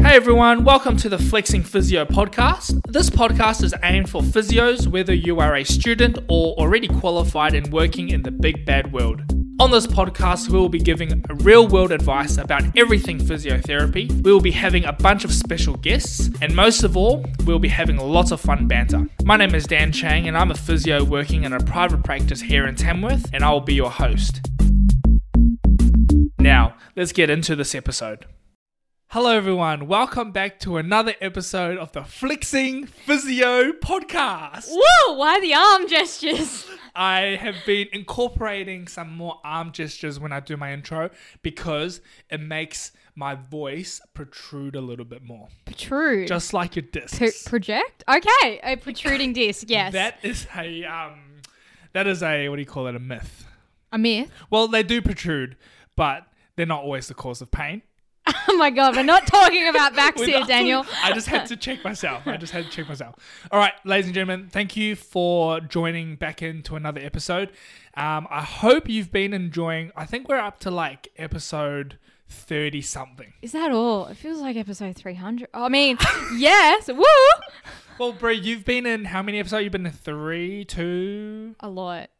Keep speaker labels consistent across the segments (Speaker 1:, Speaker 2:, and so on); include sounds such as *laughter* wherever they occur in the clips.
Speaker 1: Hey everyone, welcome to the Flexing Physio podcast. This podcast is aimed for physios, whether you are a student or already qualified and working in the big bad world. On this podcast, we will be giving real world advice about everything physiotherapy. We will be having a bunch of special guests, and most of all, we'll be having lots of fun banter. My name is Dan Chang, and I'm a physio working in a private practice here in Tamworth, and I will be your host. Now, let's get into this episode. Hello, everyone. Welcome back to another episode of the Flexing Physio Podcast.
Speaker 2: Whoa, why the arm gestures?
Speaker 1: I have been incorporating some more arm gestures when I do my intro because it makes my voice protrude a little bit more,
Speaker 2: Protrude.
Speaker 1: just like your discs.
Speaker 2: Pro- project? Okay, a protruding disc, yes.
Speaker 1: That is a um, that is a what do you call it? A myth. *laughs*
Speaker 2: a myth.
Speaker 1: Well, they do protrude, but they're not always the cause of pain.
Speaker 2: Oh my god, we're not talking about backs
Speaker 1: We're
Speaker 2: here,
Speaker 1: not-
Speaker 2: Daniel.
Speaker 1: *laughs* I just had to check myself. I just had to check myself. All right, ladies and gentlemen, thank you for joining back into another episode. Um, I hope you've been enjoying. I think we're up to like episode thirty something.
Speaker 2: Is that all? It feels like episode 300. I mean, *laughs* yes, woo!
Speaker 1: Well, Brie, you've been in how many episodes? You've been in three, two.
Speaker 2: A lot.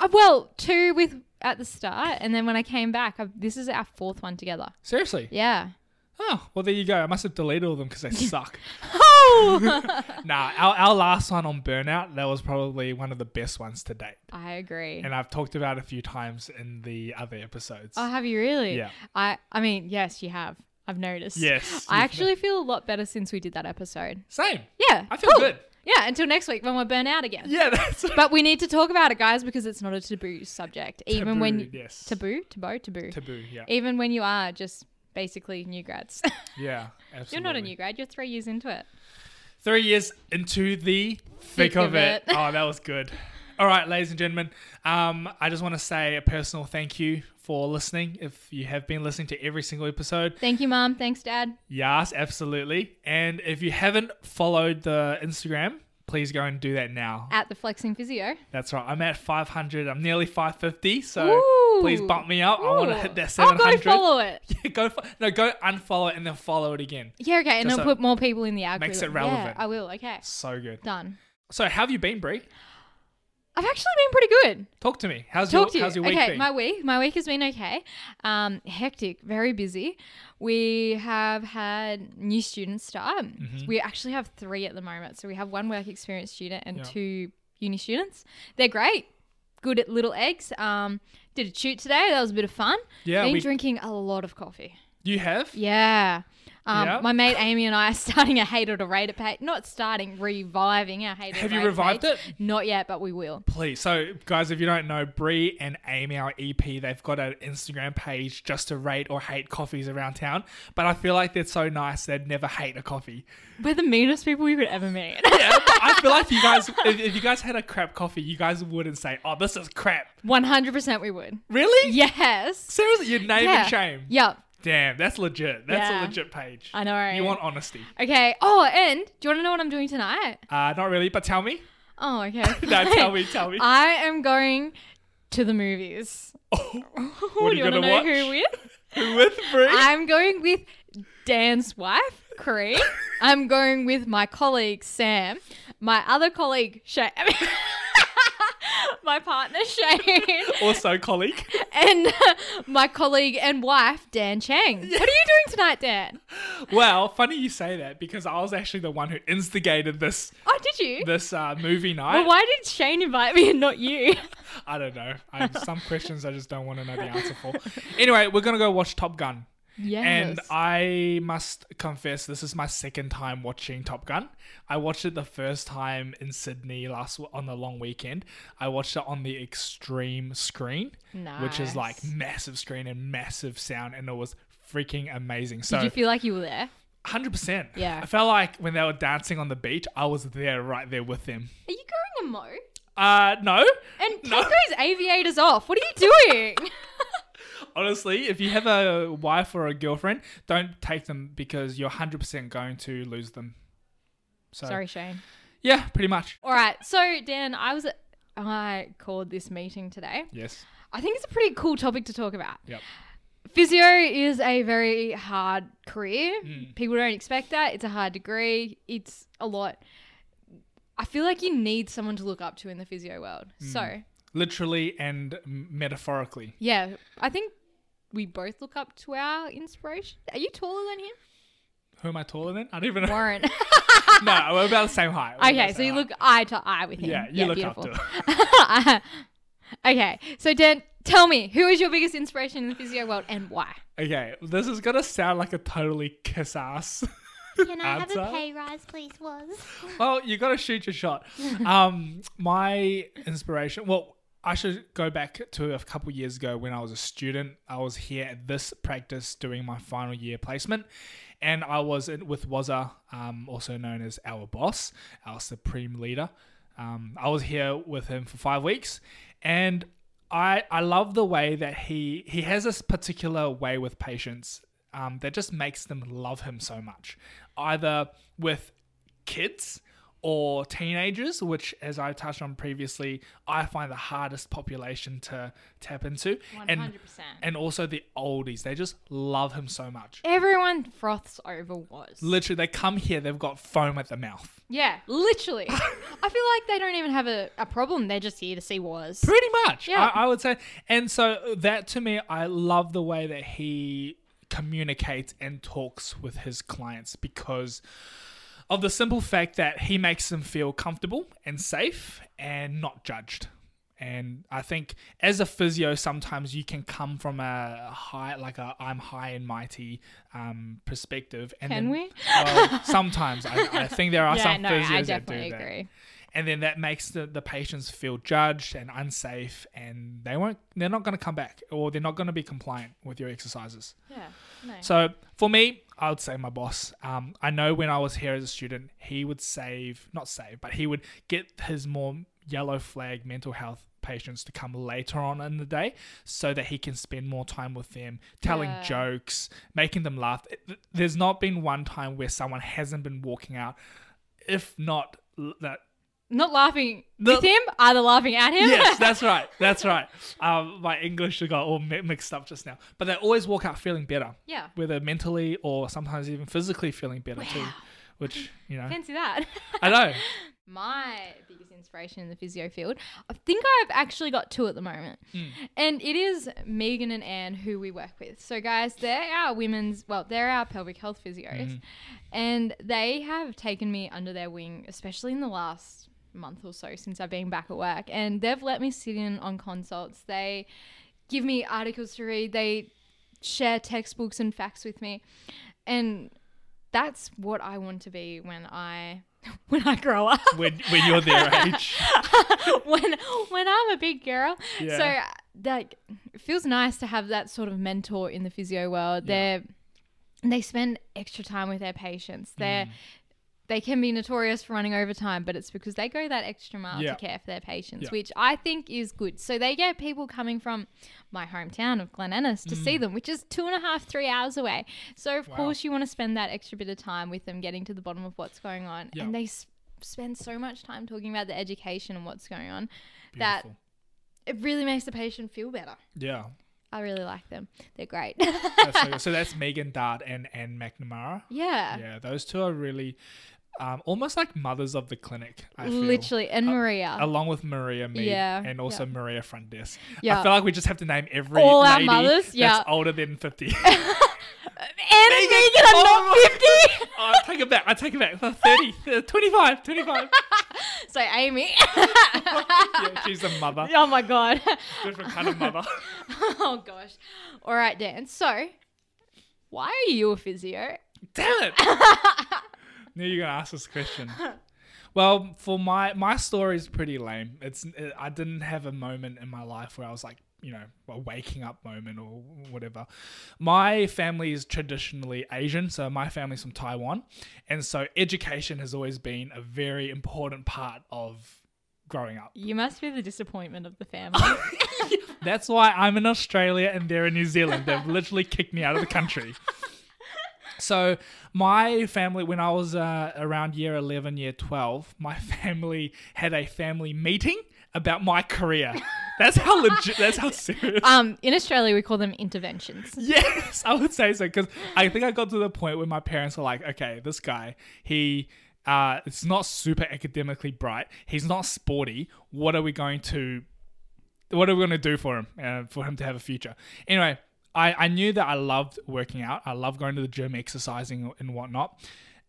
Speaker 2: Uh, well, two with at the start, and then when I came back, I, this is our fourth one together.
Speaker 1: Seriously?
Speaker 2: Yeah.
Speaker 1: Oh, well, there you go. I must have deleted all of them because
Speaker 2: *laughs*
Speaker 1: they suck.
Speaker 2: Oh!
Speaker 1: *laughs*
Speaker 2: *laughs*
Speaker 1: Nah, our, our last one on burnout that was probably one of the best ones to date,
Speaker 2: I agree.
Speaker 1: and I've talked about it a few times in the other episodes.
Speaker 2: Oh, have you really?
Speaker 1: Yeah.
Speaker 2: I I mean, yes, you have. I've noticed.
Speaker 1: Yes,
Speaker 2: *laughs* I
Speaker 1: you've
Speaker 2: actually feel a lot better since we did that episode.
Speaker 1: Same.
Speaker 2: Yeah.
Speaker 1: I feel
Speaker 2: cool.
Speaker 1: good.
Speaker 2: Yeah, until next week when we're burnt out again.
Speaker 1: Yeah, that's
Speaker 2: But we need to talk about it, guys, because it's not a taboo subject. Even when
Speaker 1: Taboo,
Speaker 2: you,
Speaker 1: yes.
Speaker 2: taboo, taboo, taboo,
Speaker 1: taboo. Yeah,
Speaker 2: Even when you are just basically new grads. *laughs*
Speaker 1: yeah, absolutely.
Speaker 2: you're not a new grad, you're three years into it.
Speaker 1: Three years into the thick,
Speaker 2: Thick
Speaker 1: of,
Speaker 2: of
Speaker 1: it.
Speaker 2: it.
Speaker 1: oh, that was good. All right, ladies and gentlemen, um, I just want to say a personal thank you for listening. If you have been listening to every single episode,
Speaker 2: Thank you, Mom. Thanks, Dad.
Speaker 1: yes, absolutely. And if you haven't followed the Instagram, please go and do that now.
Speaker 2: At the flexing physio.
Speaker 1: That's right. I'm at 500. I'm nearly 550. So
Speaker 2: Ooh.
Speaker 1: please bump me up. I want to
Speaker 2: Ooh. Oh,
Speaker 1: hit that
Speaker 2: I'll
Speaker 1: 700.
Speaker 2: go
Speaker 1: *laughs*
Speaker 2: follow it.
Speaker 1: Yeah, go fo- no, go unfollow it and then follow it again.
Speaker 2: Yeah, okay, and
Speaker 1: Just
Speaker 2: it'll
Speaker 1: so-
Speaker 2: put more people in the algorithm.
Speaker 1: Makes it
Speaker 2: Yeah,
Speaker 1: relevant.
Speaker 2: I will. Okay,
Speaker 1: So good.
Speaker 2: done.
Speaker 1: So how have you been, Brie?
Speaker 2: I've actually been pretty good.
Speaker 1: Talk to me. How's
Speaker 2: talk
Speaker 1: your
Speaker 2: to
Speaker 1: how's
Speaker 2: you.
Speaker 1: your week
Speaker 2: okay,
Speaker 1: been?
Speaker 2: my week, my week has been okay. Um, hectic, very busy. We have had new students start.
Speaker 1: Mm-hmm.
Speaker 2: We actually have three at the moment. So we have one work experience student and
Speaker 1: Yeah.
Speaker 2: two uni students. They're great, good at little eggs. Um, did a shoot today. That was a bit of fun.
Speaker 1: Yeah,
Speaker 2: been
Speaker 1: we-
Speaker 2: drinking a lot of coffee.
Speaker 1: you have?
Speaker 2: Yeah. Um,
Speaker 1: Yeah.
Speaker 2: My mate Amy and I are *laughs* starting a hate it or rate it page. Not starting, reviving our hate it or
Speaker 1: Have
Speaker 2: rate
Speaker 1: you revived
Speaker 2: page.
Speaker 1: it?
Speaker 2: Not yet, but we will.
Speaker 1: Please. So guys, if you don't know, Brie and Amy, our EP, they've got an Instagram page just to rate or hate coffees around town. But I feel like they're so nice they'd never hate a coffee. *laughs*
Speaker 2: We're the meanest people you could ever meet.
Speaker 1: Yeah, but I feel like you guys if, if you guys had a crap coffee, you guys wouldn't say, Oh, this is crap.
Speaker 2: One hundred percent, we would.
Speaker 1: Really?
Speaker 2: Yes.
Speaker 1: Seriously, your name
Speaker 2: Yeah.
Speaker 1: and shame.
Speaker 2: Yep.
Speaker 1: Damn, that's legit. That's
Speaker 2: Yeah.
Speaker 1: a legit page.
Speaker 2: I know, right?
Speaker 1: You want honesty.
Speaker 2: Okay. Oh, and do you want to know what I'm doing tonight?
Speaker 1: Uh not really, but tell me. *laughs*
Speaker 2: Oh, okay.
Speaker 1: No, tell me, tell me.
Speaker 2: *laughs* I am going to the movies.
Speaker 1: Oh,
Speaker 2: *laughs*
Speaker 1: What are you
Speaker 2: do you
Speaker 1: gonna
Speaker 2: want to know
Speaker 1: watch?
Speaker 2: who with?
Speaker 1: With Brie.
Speaker 2: I'm going with Dan's wife,
Speaker 1: *laughs*
Speaker 2: Corrine. I'm going with my colleague Sam. My other colleague Shane. *laughs* my partner
Speaker 1: *laughs*
Speaker 2: Shane.
Speaker 1: also colleague.
Speaker 2: and *laughs* my colleague and wife Dan Chang. What are you doing tonight, Dan?
Speaker 1: Well, funny you say that because I was actually the one who instigated this
Speaker 2: Oh, did you?
Speaker 1: this uh, movie night.
Speaker 2: Well, why did Shane invite me and not you?
Speaker 1: I don't know. I have some questions I just don't want to know the answer
Speaker 2: *laughs*
Speaker 1: for. Anyway, we're gonna go watch Top Gun.
Speaker 2: *laughs* Yes.
Speaker 1: And I must confess, this is my second time watching Top Gun. I watched it the first time in Sydney last on the long weekend. I watched it on the extreme screen, which is like
Speaker 2: Nice.
Speaker 1: massive screen and massive sound, and it was freaking amazing. So
Speaker 2: did you feel like you were there?
Speaker 1: Hundred percent.
Speaker 2: Yeah.
Speaker 1: I felt like when they were dancing on the beach, I was there, right there with them.
Speaker 2: Are you going a mo?
Speaker 1: Uh, no.
Speaker 2: And take
Speaker 1: No.
Speaker 2: those aviators off. What are you doing?
Speaker 1: *laughs*
Speaker 2: *laughs*
Speaker 1: Honestly, if you have a wife or a girlfriend, don't take them because you're hundred percent going to lose them. So,
Speaker 2: Sorry, Shane.
Speaker 1: Yeah, pretty much.
Speaker 2: All right. So, Dan, I was I called this meeting today.
Speaker 1: Yes.
Speaker 2: I think it's a pretty cool topic to talk about.
Speaker 1: Yep.
Speaker 2: physio is a very hard career.
Speaker 1: Mm.
Speaker 2: People don't expect that. It's a hard degree. It's a lot. I feel like you need someone to look up to in the physio world.
Speaker 1: Mm.
Speaker 2: So,
Speaker 1: Literally and m- metaphorically.
Speaker 2: yeah, I think we both look up to our inspiration. Are you taller than him?
Speaker 1: Who am I taller than? I don't
Speaker 2: *laughs*
Speaker 1: even know.
Speaker 2: Warren.
Speaker 1: no, we're about the same height. We're about
Speaker 2: okay,
Speaker 1: the
Speaker 2: so
Speaker 1: same
Speaker 2: you
Speaker 1: height.
Speaker 2: look eye to eye with him.
Speaker 1: Yeah, you look up to it.
Speaker 2: *laughs* okay, so Dan, tell me, who is your biggest inspiration in the physio world and why?
Speaker 1: Okay, this is gonna sound like a totally kiss ass.
Speaker 3: Can I have a
Speaker 1: Answer?
Speaker 3: pay rise, please, was?
Speaker 1: *laughs* well, you gotta shoot your shot. Um, my inspiration. Well, I should go back to a couple years ago when I was a student. I was here at this practice doing my final year placement, and I was in, with Wazza, um, also known as our boss, our supreme leader. Um, I was here with him for five weeks, and I I love the way that he he has this particular way with patients um, that just makes them love him so much, either with kids or teenagers, which, as I touched on previously, I find the hardest population to tap into, and and also the oldies. They just love him so much.
Speaker 2: Everyone froths over was.
Speaker 1: Literally, they come here, they've got foam at the mouth.
Speaker 2: yeah, literally. *laughs* I feel like they don't even have a, a problem. They're just here to see was.
Speaker 1: Pretty much,
Speaker 2: Yeah.
Speaker 1: I, I would say. And so that to me, I love the way that he communicates and talks with his clients because of the simple fact that he makes them feel comfortable and safe and not judged. And I think as a physio, sometimes you can come from a high, like a I'm high and mighty um, perspective. And
Speaker 2: Can
Speaker 1: then-
Speaker 2: we?
Speaker 1: Well, sometimes I, I think there are
Speaker 2: *laughs* Yeah,
Speaker 1: some
Speaker 2: no,
Speaker 1: physios
Speaker 2: I
Speaker 1: that do
Speaker 2: definitely
Speaker 1: that
Speaker 2: agree.
Speaker 1: and then that makes the, the patients feel judged and unsafe and they won't they're not going to come back or they're not going to be compliant with your exercises
Speaker 2: Yeah, no.
Speaker 1: so for me i would say my boss um, i know when i was here as a student he would save not save but he would get his more yellow flag mental health patients to come later on in the day so that he can spend more time with them telling
Speaker 2: Yeah.
Speaker 1: jokes making them laugh Th- there's not been one time where someone hasn't been walking out if not l- that
Speaker 2: Not laughing
Speaker 1: The-
Speaker 2: with him, either laughing at him. *laughs*
Speaker 1: yes, that's right. That's right. Um, my English got all mi- mixed up just now. But they always walk out feeling better,
Speaker 2: yeah.
Speaker 1: whether mentally or sometimes even physically feeling better too. Which, you know,
Speaker 2: Fancy that. *laughs*
Speaker 1: I know.
Speaker 2: my biggest inspiration in the physio field. I think I've actually got two at the moment. And it is Megan and Anne who we work with. So, guys, they're our women's, well, they're our pelvic health physios. And they have taken me under their wing, especially in the last month or so since I've been back at work. And they've let me sit in on consults. They give me articles to read. They share textbooks and facts with me. And that's what I want to be when I *laughs* when I grow up.
Speaker 1: When, when you're
Speaker 2: *laughs*
Speaker 1: their age.
Speaker 2: when when I'm a big girl.
Speaker 1: Yeah.
Speaker 2: So uh, that it feels nice to have that sort of mentor in the physio world.
Speaker 1: Yeah.
Speaker 2: They're they spend extra time with their patients.
Speaker 1: Mm.
Speaker 2: They're they can be notorious for running overtime, but it's because they go that extra mile
Speaker 1: Yeah.
Speaker 2: to care for their patients,
Speaker 1: Yeah.
Speaker 2: which I think is good. So they get people coming from my hometown of Glen Ennis to see them, which is two and a half, three hours away. So of
Speaker 1: Mm. Wow.
Speaker 2: course you want to spend that extra bit of time with them, getting to the bottom of what's going on,
Speaker 1: Yeah.
Speaker 2: and they s- spend so much time talking about the education and what's going on that
Speaker 1: Beautiful.
Speaker 2: it really makes the patient feel better.
Speaker 1: Yeah.
Speaker 2: I really like them.
Speaker 1: *laughs*
Speaker 2: They're great. *laughs*
Speaker 1: That's so, good. so that's Megan Dart and Anne McNamara.
Speaker 2: yeah.
Speaker 1: Yeah, those two are really um, almost like mothers of the clinic. I feel. Uh,
Speaker 2: Literally. And Maria.
Speaker 1: Along with Maria Mead
Speaker 2: Yeah,
Speaker 1: and also
Speaker 2: yeah.
Speaker 1: Maria Front Desk. I
Speaker 2: Yeah.
Speaker 1: feel like we just have to name every
Speaker 2: All our
Speaker 1: lady
Speaker 2: mothers, yeah.
Speaker 1: that's older than 50.
Speaker 2: and a
Speaker 1: Megan,
Speaker 2: vegan, I'm
Speaker 1: oh
Speaker 2: not 50.
Speaker 1: Oh, I take it back. I take it back. *laughs* 30, uh, 25, 25.
Speaker 2: *laughs* So Amy. *laughs*
Speaker 1: Yeah, she's a mother.
Speaker 2: oh my god. *laughs*
Speaker 1: Different kind of mother.
Speaker 2: oh gosh. All right, Dan. So, why are you a physio?
Speaker 1: Damn it. Now you're going to ask this question. Well, for my my story is pretty lame. It's uh, I didn't have a moment in my life where I was like, you know, a waking up moment or whatever. My family is traditionally Asian, so my family's from Taiwan, and so education has always been a very important part of growing up.
Speaker 2: You must be the disappointment of the family.
Speaker 1: *laughs*
Speaker 2: *laughs*
Speaker 1: That's why I'm in Australia and they're in New Zealand. They've literally kicked me out of the country. So my family, when I was uh, around year *laughs* 11, year 12, my family had a family meeting about my career. That's how legit. That's how serious.
Speaker 2: Um, in Australia, we call them *laughs* interventions.
Speaker 1: Yes, I would say so because I think I got to the point where my parents were like, okay, this guy, he, uh, it's not super academically bright. He's not sporty. What are we going to, what are we going to do for him, uh, for him to have a future? Anyway, I, I knew that I loved working out. I loved going to the gym, exercising and whatnot,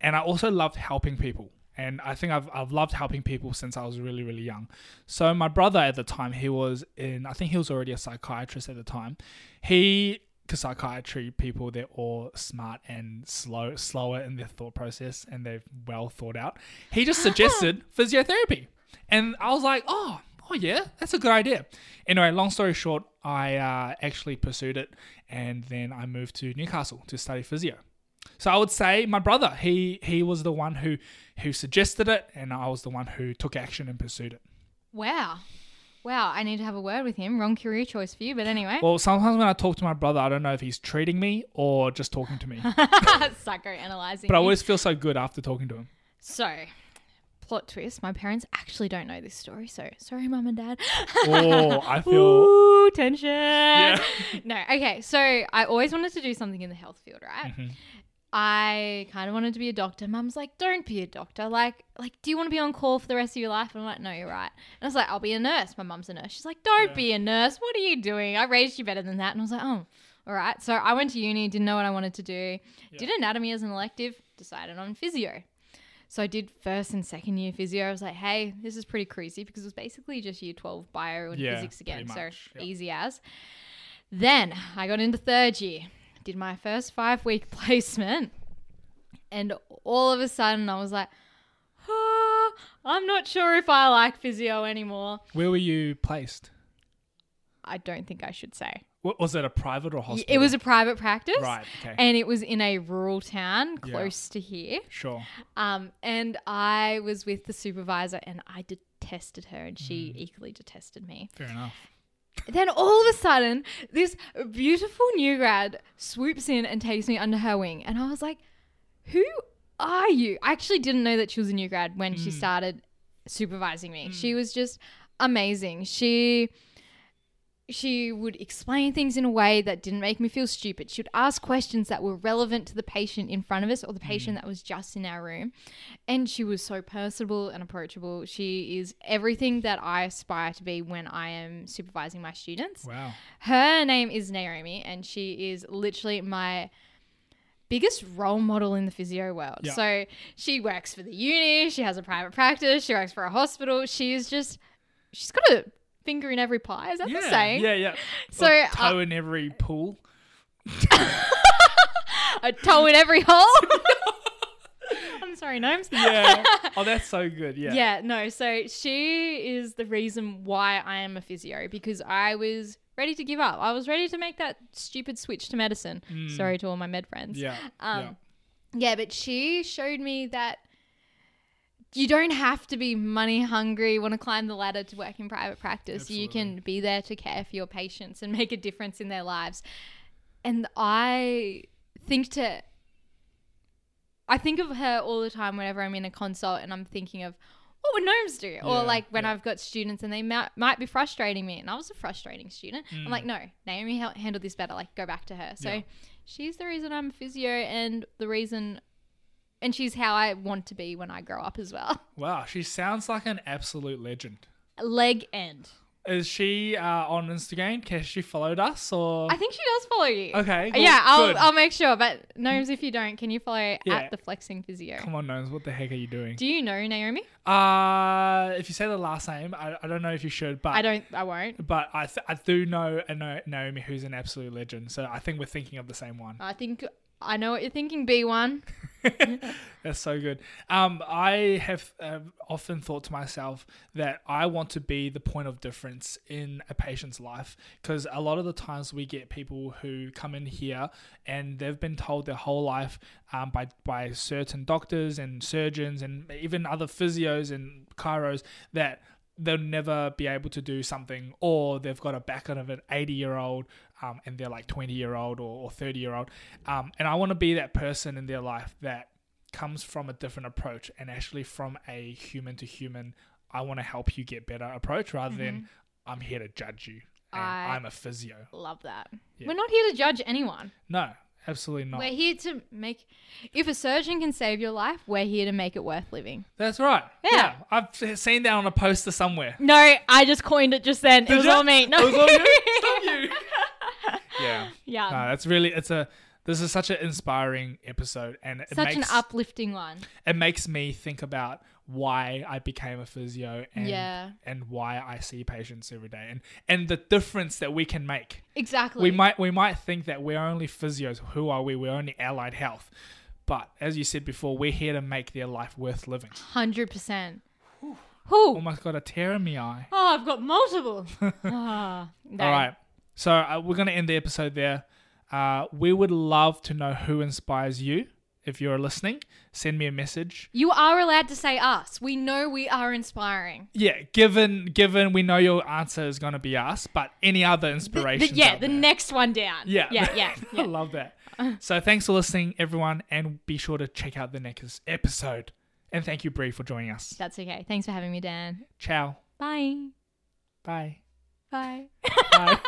Speaker 1: and I also loved helping people. And I think I've, I've loved helping people since I was really, really young. So, my brother at the time, he was in, I think he was already a psychiatrist at the time he because psychiatry people they're all smart and slow slower in their thought process and they're well thought out he just suggested physiotherapy and i was like oh oh yeah that's a good idea anyway long story short i uh, actually pursued it and then i moved to newcastle to study physio so I would say my brother, he he was the one who who suggested it, and I was the one who took action and pursued it.
Speaker 2: Wow. Wow, I need to have a word with him. Wrong career choice for you, but anyway.
Speaker 1: Well, sometimes when I talk to my brother, I don't know if he's treating me or just talking
Speaker 2: *laughs*
Speaker 1: to me.
Speaker 2: Psychoanalyzing.
Speaker 1: But I
Speaker 2: you.
Speaker 1: always feel so good after talking to him.
Speaker 2: So, plot twist. My parents actually don't know this story, so sorry, mum and dad.
Speaker 1: Oh, I
Speaker 2: *laughs*
Speaker 1: feel.
Speaker 2: Ooh, tension.
Speaker 1: *laughs*
Speaker 2: No, okay. So I always wanted to do something in the health field, right?
Speaker 1: Mm-hmm.
Speaker 2: I kind of wanted to be a doctor. Mum's like, "Don't be a doctor. Like, like, do you want to be on call for the rest of your life?" And I'm like, "No, you're right." And I was like, "I'll be a nurse." My mum's a nurse. She's like, "Don't
Speaker 1: Yeah.
Speaker 2: be a nurse. What are you doing? I raised you better than that." And I was like, "Oh, all right." So I went to uni. Didn't know what I wanted to do. Did anatomy as an elective. Decided on physio. So I did first and second year physio. I was like, hey, this is pretty crazy because it was basically just year 12 bio and
Speaker 1: Yeah,
Speaker 2: physics again.
Speaker 1: pretty
Speaker 2: So
Speaker 1: much, yeah.
Speaker 2: easy as. Then I got into third year, did my first five week *laughs* placement. And all of a sudden I was like, "Ah, I'm not sure if I like physio anymore.
Speaker 1: Where were you placed?
Speaker 2: I don't think I should say.
Speaker 1: Wa- Was it a private or hospital?
Speaker 2: It was a private practice.
Speaker 1: Right, okay.
Speaker 2: And it was in a rural town
Speaker 1: Yeah.
Speaker 2: close to here.
Speaker 1: sure.
Speaker 2: Um, and I was with the supervisor and I detested her and she equally detested me.
Speaker 1: Fair enough.
Speaker 2: Then all of a sudden, this beautiful new grad swoops in and takes me under her wing. And I was like, who are you? I actually didn't know that she was a new grad when she started supervising me. She was just amazing. She she would explain things in a way that didn't make me feel stupid. She would ask questions that were relevant to the patient in front of us or the patient that was just in our room. And she was so personable and approachable. She is everything that I aspire to be when I am supervising my students.
Speaker 1: Wow.
Speaker 2: Her name is Naomi, and she is literally my biggest role model in the physio world.
Speaker 1: Yeah.
Speaker 2: So she works for the uni, she has a private practice, she works for a hospital. She is just, she's got a finger in every pie. Is that
Speaker 1: yeah,
Speaker 2: the saying?
Speaker 1: yeah,
Speaker 2: *laughs*
Speaker 1: yeah.
Speaker 2: So,
Speaker 1: A
Speaker 2: uh,
Speaker 1: toe in every
Speaker 2: *laughs*
Speaker 1: pool.
Speaker 2: A toe in every
Speaker 1: *laughs*
Speaker 2: hole. I'm sorry, gnomes.
Speaker 1: Yeah. oh, that's so good. Yeah.
Speaker 2: Yeah, no. So she is the reason why I am a physio because I was ready to give up. I was ready to make that stupid switch to medicine.
Speaker 1: Mm.
Speaker 2: Sorry to all my med friends.
Speaker 1: Yeah.
Speaker 2: Um,
Speaker 1: yeah.
Speaker 2: Yeah, but she showed me that you don't have to be money hungry, want to climb the ladder to work in private practice. You can be there to care for your patients and make a difference in their lives. And I think to I think of her all the time whenever I'm in a consult and I'm thinking of what would gnomes do?
Speaker 1: Yeah,
Speaker 2: or like when
Speaker 1: yeah.
Speaker 2: I've got students and they might, might be frustrating me and I was a frustrating student. I'm like, no, Naomi hel- handled this better. Like, go back to her. So
Speaker 1: Mm. Yeah.
Speaker 2: she's the reason I'm a physio and the reason, and she's how I want to be when I grow up
Speaker 1: *laughs*
Speaker 2: as well.
Speaker 1: Wow. She sounds like an absolute legend.
Speaker 2: Leg end.
Speaker 1: Is she uh, on Instagram? Has she followed us or?
Speaker 2: I think she does follow you.
Speaker 1: Okay, cool,
Speaker 2: yeah, I'll,
Speaker 1: good.
Speaker 2: I'll make sure. But gnomes, if you don't, can you follow
Speaker 1: Yeah.
Speaker 2: at the flexing physio?
Speaker 1: Come on, Gnomes. What the heck are you doing?
Speaker 2: Do you know Naomi?
Speaker 1: Uh, if you say the last name, I, I don't know if you should, but
Speaker 2: I don't. I won't.
Speaker 1: But I, th- I do know a no- Naomi who's an absolute legend, so I think we're thinking of the same one.
Speaker 2: I think I know what you're thinking. B one.
Speaker 1: That's so good. Um, I have uh, often thought to myself that I want to be the point of difference in a patient's life because a lot of the times we get people who come in here and they've been told their whole life um, by by certain doctors and surgeons and even other physios and chiros that they'll never be able to do something or they've got a back out of an 80 year old um, and they're like 20 year old or, or 30 year old um, and i want to be that person in their life that comes from a different approach and actually from a human to human i want to help you get better approach rather than I'm here to judge you. And
Speaker 2: Mm-hmm. I-
Speaker 1: I'm a physio.
Speaker 2: Love that.
Speaker 1: Yeah.
Speaker 2: We're not here to judge anyone.
Speaker 1: No, absolutely not.
Speaker 2: We're here to make. If a surgeon can save your life, we're here to make it worth living.
Speaker 1: That's right.
Speaker 2: Yeah.
Speaker 1: I've seen that on a poster somewhere.
Speaker 2: No, I just coined it just then. it was
Speaker 1: ya?
Speaker 2: all me. No.
Speaker 1: It was all
Speaker 2: *laughs*
Speaker 1: you? Stop you. yeah.
Speaker 2: yeah.
Speaker 1: No, that's really it's a this is such an inspiring episode and it
Speaker 2: Such
Speaker 1: makes
Speaker 2: an uplifting one.
Speaker 1: it makes me think about why I became a physio and
Speaker 2: Yeah.
Speaker 1: and why I see patients every day and and the difference that we can make.
Speaker 2: Exactly.
Speaker 1: We might we might think that we're only physios. Who are we? We're only allied health. But as you said before, we're here to make their life worth living.
Speaker 2: 100%. Who?
Speaker 1: Almost got a tear in my eye.
Speaker 2: Oh, I've
Speaker 1: *laughs*
Speaker 2: got multiple. Ah,
Speaker 1: All
Speaker 2: no.
Speaker 1: right. So uh, we're going to end the episode there. Uh, we would love to know who inspires you. If you're listening, send me a message.
Speaker 2: You are allowed to say us. We know we are inspiring.
Speaker 1: Yeah, given given we know your answer is going to be us, but any other
Speaker 2: The- the-
Speaker 1: inspiration?
Speaker 2: yeah, the next one down.
Speaker 1: Yeah, *laughs* I
Speaker 2: yeah, yeah. yeah. Uh-huh.
Speaker 1: love
Speaker 2: *laughs*
Speaker 1: that. So thanks for listening, everyone, and be sure to check out the next episode. And thank you, Bree, for joining us.
Speaker 2: That's okay. Thanks for having me, Dan.
Speaker 1: Ciao.
Speaker 2: Bye.
Speaker 1: Bye.
Speaker 2: Bye.
Speaker 1: Bye.